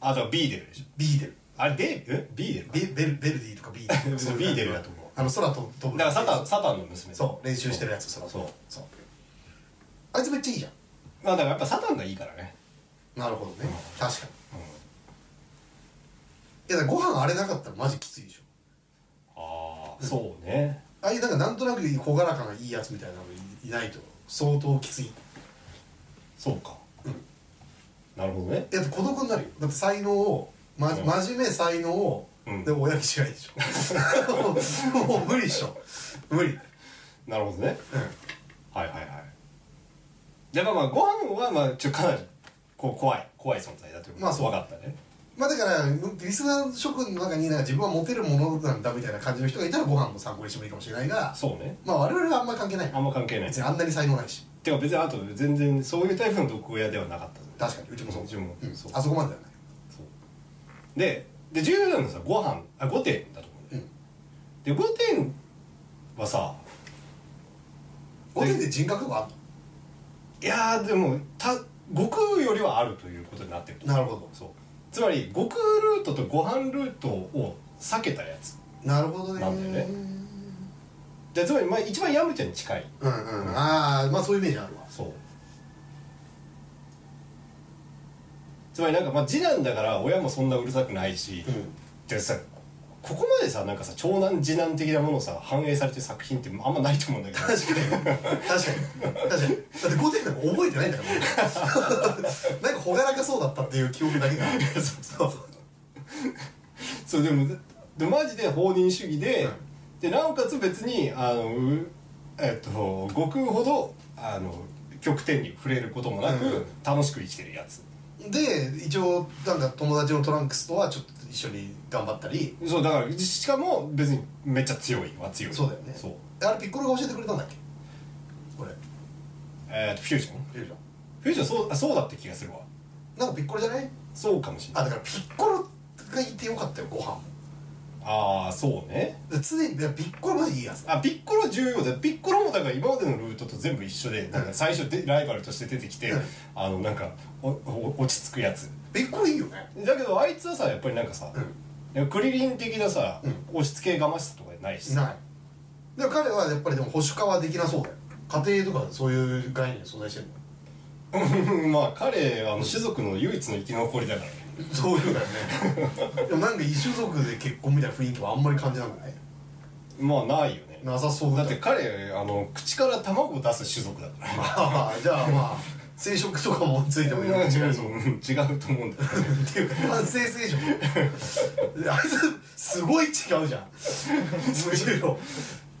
Speaker 1: あとはビーデルでしょ
Speaker 2: ビーデル
Speaker 1: あれデえビーデルか
Speaker 2: ベベルベルディとかビーデルとか
Speaker 1: ビーデルだと思う
Speaker 2: あの空と飛ぶ
Speaker 1: だからサタンサタンの娘
Speaker 2: そう練習してるやつ空飛ぶ
Speaker 1: そう
Speaker 2: そうあいつめっちゃいいじゃん
Speaker 1: まあだからやっぱサタンがいいからね
Speaker 2: なるほどね確かに
Speaker 1: うん
Speaker 2: いやだからご飯あれなかったらマジきついでしょ
Speaker 1: ああそうね
Speaker 2: ああいうなんかなんとなく朗らかないいやつみたいなのいいないと相当きつい
Speaker 1: そうか、なるほどね
Speaker 2: だって孤独になるよだって才能を、
Speaker 1: う
Speaker 2: ま、
Speaker 1: ん
Speaker 2: 真面目才能を、
Speaker 1: うん
Speaker 2: でも親にしないで しょもう無理でしょ無理
Speaker 1: なるほどねはいはいはいでまあまあご飯はまあちょっとかなりこう怖い怖い存在だということ
Speaker 2: まあそう
Speaker 1: 分かったね
Speaker 2: まあだからリスナー諸君の中になんか自分はモテるものなんだみたいな感じの人がいたらご飯も参考にしてもいいかもしれないが
Speaker 1: そうね
Speaker 2: まあ我々はあんまり関係ない
Speaker 1: あんま関係ない
Speaker 2: 別にあんなに才能ないし
Speaker 1: ててか別にあと全然そういうタイプの毒親ではなかった
Speaker 2: 確かにうちもそう
Speaker 1: うちも
Speaker 2: うん
Speaker 1: そう
Speaker 2: あそこまでだよね
Speaker 1: そうでで14年のさご飯あ5点だと思うんだよ、で5点はさ
Speaker 2: 5点で人格とかあんの
Speaker 1: いやーでもた悟空よりはあるということになってると思う
Speaker 2: なるほど
Speaker 1: そうつまり悟空ルートとご飯ルートを避けたやつ
Speaker 2: なるほどね
Speaker 1: なんだよねでつまりまあ一番ヤムちゃんに近い
Speaker 2: うんうんああまあそういうイメージあるわ
Speaker 1: そうつまりなんかまあ次男だから親もそんなうるさくないし、
Speaker 2: う
Speaker 1: でさここまでさなんかさ長男次男的なものをさ反映されてる作品ってあんまないと思うんだけど
Speaker 2: 確かに確かに確かにだって5点なんか覚えてないんだから 俺なんか朗らかそうだったっていう記憶だけがそうそう
Speaker 1: そうでもでマジで放任主義で、
Speaker 2: うん
Speaker 1: でなおかつ別にあのうえっと悟空ほどあの極点に触れることもなく、
Speaker 2: うん
Speaker 1: 楽しく生きてるやつ
Speaker 2: で一応なんか友達のトランクスとはちょっと一緒に頑張ったり
Speaker 1: そうだからしかも別にめっちゃ強いは強い
Speaker 2: そうだよね
Speaker 1: そう
Speaker 2: あれピッコロが教えてくれたんだっけこれ
Speaker 1: えっとフュージョン
Speaker 2: いるじゃん
Speaker 1: フュージョンそうあそうだって気がするわ
Speaker 2: なんかピッコロじゃない
Speaker 1: そうかもしれない
Speaker 2: あだからピッコロがいてよかったよご飯も
Speaker 1: ああそうね
Speaker 2: で常にだからピッコロまでいいやつ
Speaker 1: あピッコロ重要だピッコロもだから今までのルートと全部一緒でなんか最初でライバルとして出てきて
Speaker 2: うん
Speaker 1: あのなんかおお落ち着くやつ
Speaker 2: ピッコロいいよね
Speaker 1: だけどあいつはさやっぱりなんかさ、クリリン的なさ、
Speaker 2: う
Speaker 1: 押し付けがましさとかないしさ
Speaker 2: ないでも彼はやっぱりでも保守化はできなそうだよ家庭とかそういう概念存 在してるの
Speaker 1: まあ彼あの種族の唯一の生き残りだからね
Speaker 2: そういうだよ ねでもなんか異種族で結婚みたいな雰囲気はあんまり感じなくない
Speaker 1: まあないよね
Speaker 2: なさそう
Speaker 1: だ
Speaker 2: だ
Speaker 1: って彼あの口から卵を出す種族だから
Speaker 2: まあじゃあまあ 生殖とかもついてもいろいろ違いそう
Speaker 1: うん違うと思うんだよね
Speaker 2: っていうか男性聖書あいつすごい違うじゃんむろ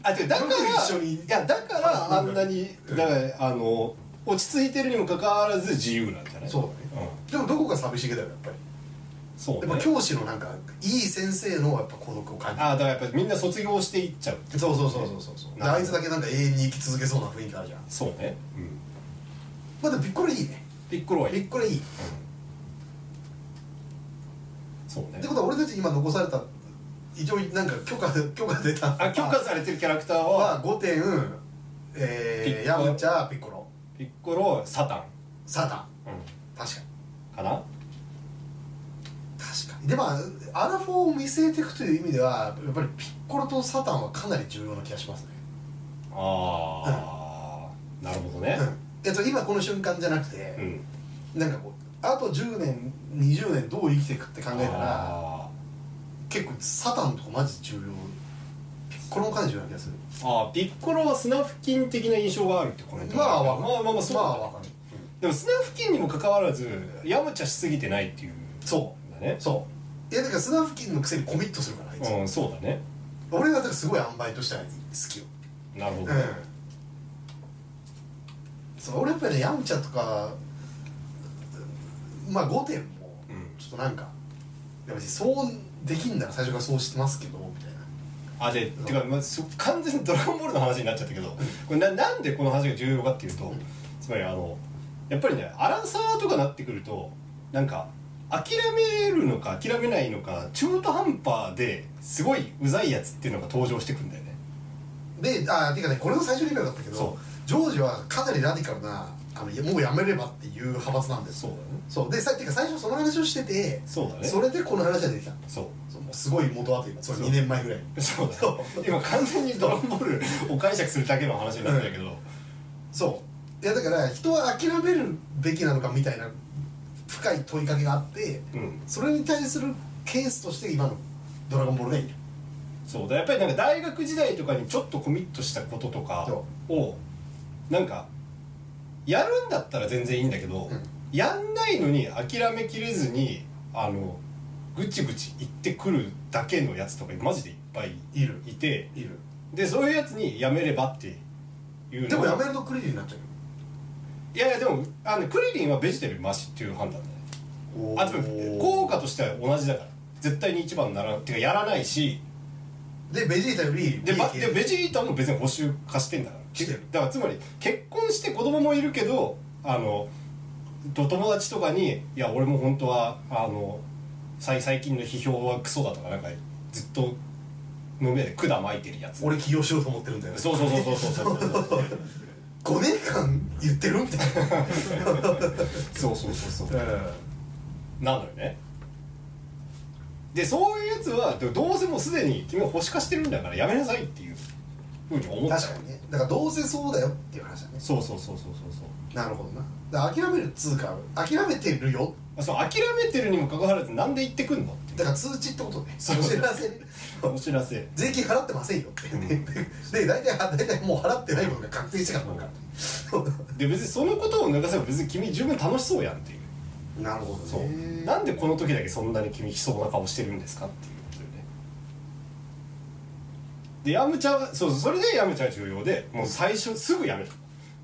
Speaker 1: あてかだから
Speaker 2: 僕一緒に
Speaker 1: いやだからあんなにだからあの落ち着いてるにもかかわらず自由なんじゃない
Speaker 2: そうだね、でもどこか寂しげだよやっぱ
Speaker 1: う
Speaker 2: り
Speaker 1: んそう
Speaker 2: で
Speaker 1: ね
Speaker 2: も教師のなんかいい先生のやっぱ孤独を感じ
Speaker 1: ああだからやっぱりみんな卒業していっちゃう
Speaker 2: るそうそうそうそうそうそうであいつだけなんか永遠に生き続けそうな雰囲気あるじゃん
Speaker 1: そうね、うん、
Speaker 2: まあでもピッコロいいね
Speaker 1: ピッコロはい
Speaker 2: ピ
Speaker 1: い
Speaker 2: ッコロいいっ
Speaker 1: そうね
Speaker 2: てことは俺たち今残された一応なんか許可許可出た
Speaker 1: あ許可されてるキャラクターは
Speaker 2: は5点えー、
Speaker 1: ピッコロ
Speaker 2: ヤムチャピッコロ
Speaker 1: ピッコロサタン、
Speaker 2: サタン
Speaker 1: う
Speaker 2: 確かに
Speaker 1: ん、かな
Speaker 2: 確かにでもアラフォーを見据えていくという意味ではやっぱりピッコロとサタンはかなり重要な気がしますね、
Speaker 1: ああなるほどね
Speaker 2: えっと今この瞬間じゃなく
Speaker 1: う
Speaker 2: て、
Speaker 1: ん
Speaker 2: なんかこうあと10年20年どう生きていくって考えたら
Speaker 1: あ
Speaker 2: 結構サタンとかマジ重要ピッコロもかなり重要な気がする
Speaker 1: ーあーピッコロはスナフキン的な印象があるってこれ
Speaker 2: まあわかる
Speaker 1: まあまあまあそうだ
Speaker 2: ま
Speaker 1: ね
Speaker 2: あわかる、
Speaker 1: でもスナフキンにもかかわらずやむちゃしすぎてないっていう
Speaker 2: そ
Speaker 1: だね
Speaker 2: うそういやだからスナフキンのくせにコミットするからあいつ、
Speaker 1: うんそうだね
Speaker 2: 俺はだからすごい塩梅としては好きよ
Speaker 1: なるほど、
Speaker 2: うんそう俺やっぱりねヤムチャとかまあ5点も
Speaker 1: うん
Speaker 2: ちょっとなんか、いや別にそうできんなら最初からそうしてますけどみたいな
Speaker 1: あでてか、まあ、す完全に「ドラゴンボール」の話になっちゃったけどこれななんでこの話が重要かっていうとつまりあのやっぱりねアランサーとかなってくるとなんか諦めるのか諦めないのか中途半端ですごいうざいやつっていうのが登場してくんだよね
Speaker 2: であーていうかねこれの最初に言えばよかったけ
Speaker 1: そ
Speaker 2: どジョージはかなりラディカルなあのいやもうやめればっていう派閥なんです
Speaker 1: そうだね
Speaker 2: そうでさていうか最初その話をしてて
Speaker 1: そうだね
Speaker 2: それでこの話が出てきた
Speaker 1: そ
Speaker 2: そうもうすごい元はというかそれ
Speaker 1: そう
Speaker 2: 2年前ぐらいに
Speaker 1: うそうだね今完全に「ドラゴンボール」を解釈するだけの話になってたけど、
Speaker 2: そういやだから人は諦めるべきなのかみたいな深い問いかけがあって
Speaker 1: うん、
Speaker 2: それに対するケースとして今の「ドラゴンボール」がいる
Speaker 1: そうだやっぱりなんか大学時代とかにちょっとコミットしたこととか
Speaker 2: そ
Speaker 1: をなんかやるんだったら全然いいんだけど、
Speaker 2: うん
Speaker 1: やんないのに諦めきれずにあのぐちぐち言ってくるだけのやつとかマジでいっぱい
Speaker 2: いる
Speaker 1: いて
Speaker 2: いる
Speaker 1: でそういうやつにやめればっていうの
Speaker 2: でもやめるとクリリンになっちゃうよ
Speaker 1: いやいやでもあのクリリンはベジタルよりマシっていう判断だね
Speaker 2: おー
Speaker 1: あと効果としては同じだから絶対に一番ならてかやらないし
Speaker 2: でベジータより
Speaker 1: で,、
Speaker 2: 利
Speaker 1: ま、
Speaker 2: 益
Speaker 1: でベジータも別に補修化してんだから
Speaker 2: してる
Speaker 1: だからつまり結婚して子供もいるけどあのと友達とかに「いや俺も本当はあの最最近の批評はクソだ」とかなんかずっとの目で管巻いてるやつ
Speaker 2: 俺起業しようと思ってるんだよね
Speaker 1: そうそうそうそうそう そうそうそう
Speaker 2: 5年間言ってるみたい
Speaker 1: そうそうそう
Speaker 2: な、
Speaker 1: なのよねでそういうやつはでもどうせもうすでに君を星化してるんだからやめなさいっていうふうに思った
Speaker 2: 確かにねだからどうせそうだよっていう話だね
Speaker 1: そうそうそうそうそうそう
Speaker 2: なるほどなだから諦めるっつうか諦めてるよ
Speaker 1: まあその諦めてるにもかかわらずなんで言ってくんのっていう
Speaker 2: だから通知ってことね
Speaker 1: そう
Speaker 2: お知ら せね
Speaker 1: お知らせ
Speaker 2: 税金払ってませんよってねで大体大体もう払ってないことが確定してからなんか
Speaker 1: で別にそのことを流せば別に君十分楽しそうやんっていう
Speaker 2: なるほどね
Speaker 1: そうなんでこの時だけそんなに君悲壮な顔してるんですかっていうことよねでやむちゃんはそうそれでやむちゃんは重要でもう最初すぐやめた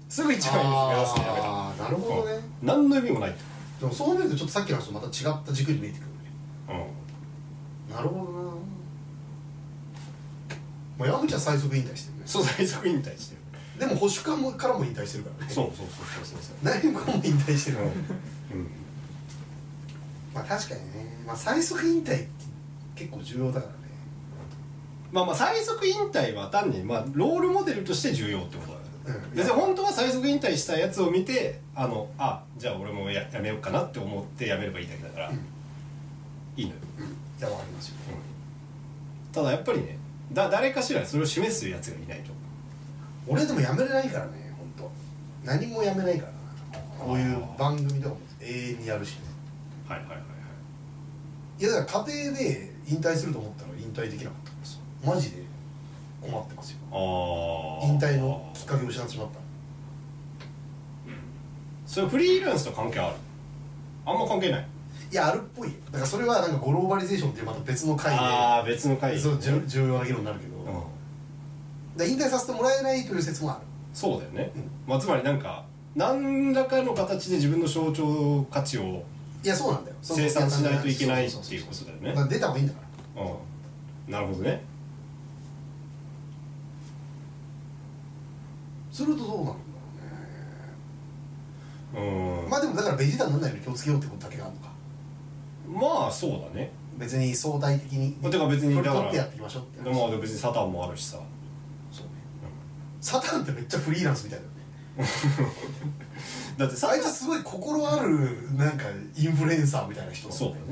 Speaker 1: すぐ一番いいです目指すのやめた
Speaker 2: あーなるほどね
Speaker 1: うん何の意味もないと、
Speaker 2: でもそう見るとちょっとさっきの話とまた違った軸に見えてくるね
Speaker 1: う
Speaker 2: なるほどなまあ矢口は最速引退してる
Speaker 1: ん、
Speaker 2: ね
Speaker 1: そう最速引退してる
Speaker 2: でも保守官もからも引退してるからね
Speaker 1: そうそうそうそうそう
Speaker 2: 何もかも引退してる
Speaker 1: そううん、
Speaker 2: から、
Speaker 1: うん
Speaker 2: まあ確かにね、まあ、最速引退って結構重要だからね
Speaker 1: まあまあ最速引退は単にまあロールモデルとして重要ってことだよね
Speaker 2: うん
Speaker 1: 別に本当は最速引退したやつを見てあのあじゃあ俺もややめようかなって思ってやめればいいだけだから、
Speaker 2: うん
Speaker 1: いいのよ、
Speaker 2: じゃあ分かりますよ
Speaker 1: ただやっぱりねだ誰かしらそれを示すやつがいないと
Speaker 2: 俺でもやめれないからね本当何もやめないからなこういう番組とかも永遠にやるしね
Speaker 1: はいはいはいはい
Speaker 2: いやだから家庭で引退すると思ったら引退できなかったんですよマジで困ってますよ
Speaker 1: ああ
Speaker 2: 引退のきっかけを失ってしまった
Speaker 1: それフリーランスと関係あるあんま関係ない
Speaker 2: いやあるっぽいよだからそれはなんかグローバリゼーションっていうまた別の回
Speaker 1: ああ別の回
Speaker 2: でそう重重要な議論になるけど、
Speaker 1: う
Speaker 2: だ
Speaker 1: ん
Speaker 2: か、ら引退させてもらえないという説もある
Speaker 1: そうだよね、
Speaker 2: うん
Speaker 1: まあ、つまりなんか何らかの形で自分の象徴価値を
Speaker 2: いやそうなんだよそう
Speaker 1: 生産しないといけないって
Speaker 2: そうそう
Speaker 1: いう
Speaker 2: そう
Speaker 1: ことだよ
Speaker 2: だ
Speaker 1: ね
Speaker 2: から出た方がいいんだから
Speaker 1: うんなるほどね
Speaker 2: するとどうなるんだろ
Speaker 1: うん
Speaker 2: うまあでもだからベジータにならないように気をつけようってことだけがあるのか
Speaker 1: まあそうだね
Speaker 2: 別に相対的に
Speaker 1: まあてか別に
Speaker 2: これ
Speaker 1: だから
Speaker 2: 取ってやっていきましょうって
Speaker 1: でも別にサタンもあるしさ
Speaker 2: そうねサタンってめっちゃフリーランスみたいだよね
Speaker 1: だってサ
Speaker 2: あいつすごい心あるなんかインフルエンサーみたいな人
Speaker 1: そうだね、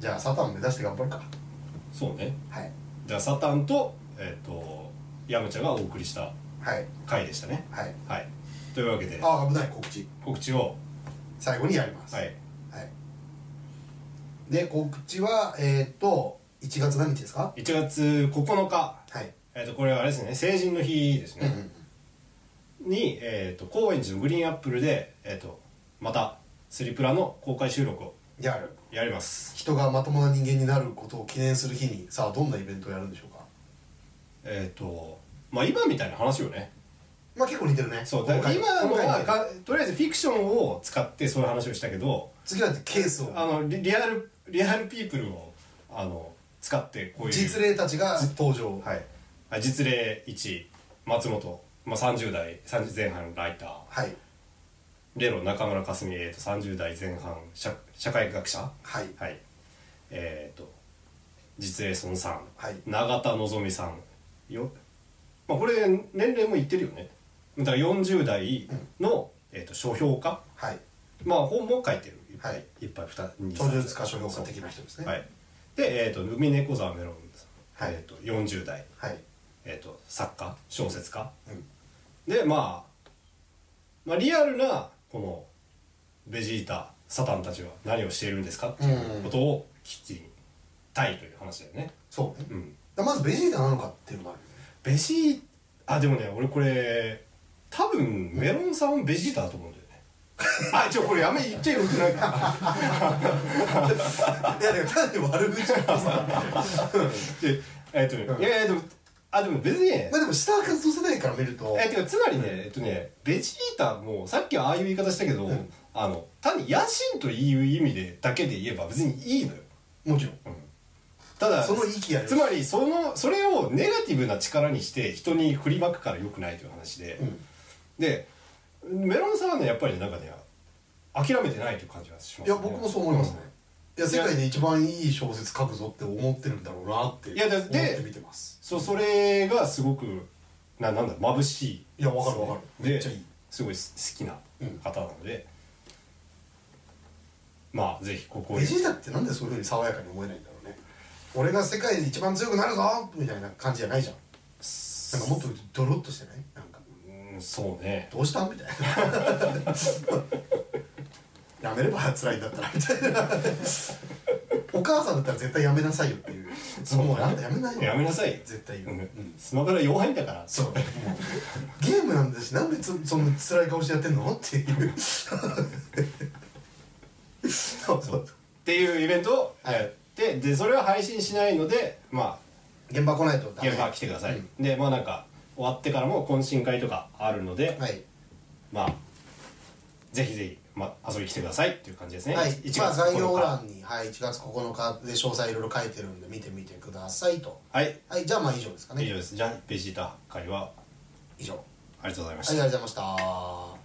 Speaker 2: じゃあサタン目指して頑張るか
Speaker 1: うんそうね
Speaker 2: はい
Speaker 1: じゃあサタンとえっ、とヤムチャがお送りした
Speaker 2: はい
Speaker 1: 回でしたね
Speaker 2: はい
Speaker 1: はいというわけで
Speaker 2: ああ危ない告知
Speaker 1: 告知を
Speaker 2: 最後にやります
Speaker 1: はい
Speaker 2: はいで告知はえーっと1月何日ですか
Speaker 1: 1月9日
Speaker 2: はい
Speaker 1: えっ、とこれはあれですね成人の日です
Speaker 2: うんう
Speaker 1: ね、
Speaker 2: ん
Speaker 1: に、えっと高円寺のグリーンアップルで、えっとまたスリプラの公開収録を
Speaker 2: やる
Speaker 1: やります
Speaker 2: 人がまともな人間になることを記念する日にさあどんなイベントをやるんでしょうか
Speaker 1: えっ、とまあ今みたいな話よね
Speaker 2: まあ結構似てるね
Speaker 1: そうだから
Speaker 2: 今
Speaker 1: 今
Speaker 2: 回
Speaker 1: の
Speaker 2: 今
Speaker 1: は
Speaker 2: 回ね
Speaker 1: かとりあえずフィクションを使ってそういう話をしたけど
Speaker 2: 次はケースを
Speaker 1: あのリリアルリアルピープルをあの使ってこういう
Speaker 2: 実例たちが登場
Speaker 1: はいあ実例1松本、まあ、30代30前半ライター
Speaker 2: はい
Speaker 1: レロ中村かすみ、えー、と30代前半社社会学者
Speaker 2: はい
Speaker 1: はいえっ、と実例孫さん、
Speaker 2: はい
Speaker 1: 永田のぞみさんよ、まあ、これ年齢もいってるよねだから40代の、えー、と書評家
Speaker 2: はい
Speaker 1: まあ本も書いてるいっぱい、
Speaker 2: はい
Speaker 1: いっぱい2二
Speaker 2: 超
Speaker 1: 冊
Speaker 2: 術化書評価的な人ですね
Speaker 1: はい、で、えー、とルミネコザメロンさん、
Speaker 2: はい
Speaker 1: えー、と40代、
Speaker 2: はい
Speaker 1: えー、と作家小説家
Speaker 2: うん
Speaker 1: で、まあ、まあリアルなこのベジータサタンたちは何をしているんですかっていうことをきっちりたいという話だよね、
Speaker 2: そうね
Speaker 1: うん、
Speaker 2: だからまずベジータなのかっていうのもあるよね
Speaker 1: ベジーあでもね俺これ多分メロンさんはベジータだと思うんだよね あちょこれやめ言っちゃよくないか
Speaker 2: いやでも単に悪口 なんです よ
Speaker 1: でえっとね、
Speaker 2: うん
Speaker 1: いやいやでもあでも別にね
Speaker 2: まあでも下活動世代から見ると
Speaker 1: えてかつまりね、えっとねベジータもさっきはああいう言い方したけど、
Speaker 2: うん
Speaker 1: あの単に野心という意味でだけで言えば別にいいのよ、
Speaker 2: もちろん
Speaker 1: うんただ
Speaker 2: その域やる
Speaker 1: つまりそのそれをネガティブな力にして人に振りまくからよくないという話で、
Speaker 2: うん
Speaker 1: でメロンサワーのやっぱりなんかね諦めてないという感じがします、
Speaker 2: いや僕もそう思いますね、いや世界で一番いい小説書くぞって思ってるんだろうなって
Speaker 1: いやだ
Speaker 2: 思
Speaker 1: っ
Speaker 2: ってて見てます
Speaker 1: そうそれがすごくななんだ眩しい
Speaker 2: いやわかるわかるめ
Speaker 1: で
Speaker 2: っちゃいい
Speaker 1: すごいす好きな方なので、まあぜひここ
Speaker 2: ベジータってなんでそういうふうに爽やかに思えないんだろうね俺が世界で一番強くなるぞみたいな感じじゃないじゃんなんかもっとドロッとしてないなんか
Speaker 1: うんそうね
Speaker 2: どうしたんみたいなやめれば辛いんだったらみたいなお母さんだったら絶対やめなさいよっていう
Speaker 1: そう
Speaker 2: もうなんだやめないよ
Speaker 1: やめなさいよ
Speaker 2: 絶対言
Speaker 1: う
Speaker 2: う、うんん、
Speaker 1: スマブラ弱いんだから
Speaker 2: そうもうゲームなんだしなんでつそんな辛い顔してやってんのっていうそうそう
Speaker 1: っていうイベントを
Speaker 2: はい
Speaker 1: やって、でそれは配信しないのでま
Speaker 2: 現場来ないと
Speaker 1: あ
Speaker 2: ダメ
Speaker 1: 現場来てください、
Speaker 2: うん
Speaker 1: でまあなんか終わってからも懇親会とかあるので、
Speaker 2: はい
Speaker 1: まあぜひぜひ、まあ、遊びに来てくださいっていう感じですね、
Speaker 2: はい
Speaker 1: 1、月
Speaker 2: まあ
Speaker 1: 9
Speaker 2: 概
Speaker 1: 日、
Speaker 2: 要欄に、はい、1月9日で詳細いろいろ書いてるんで見てみてくださいと
Speaker 1: はい
Speaker 2: はいじゃあまあ以上ですかね
Speaker 1: 以上ですじゃあベジータ会は
Speaker 2: 以上
Speaker 1: ありがとうございまし
Speaker 2: は
Speaker 1: た
Speaker 2: いありがとうございました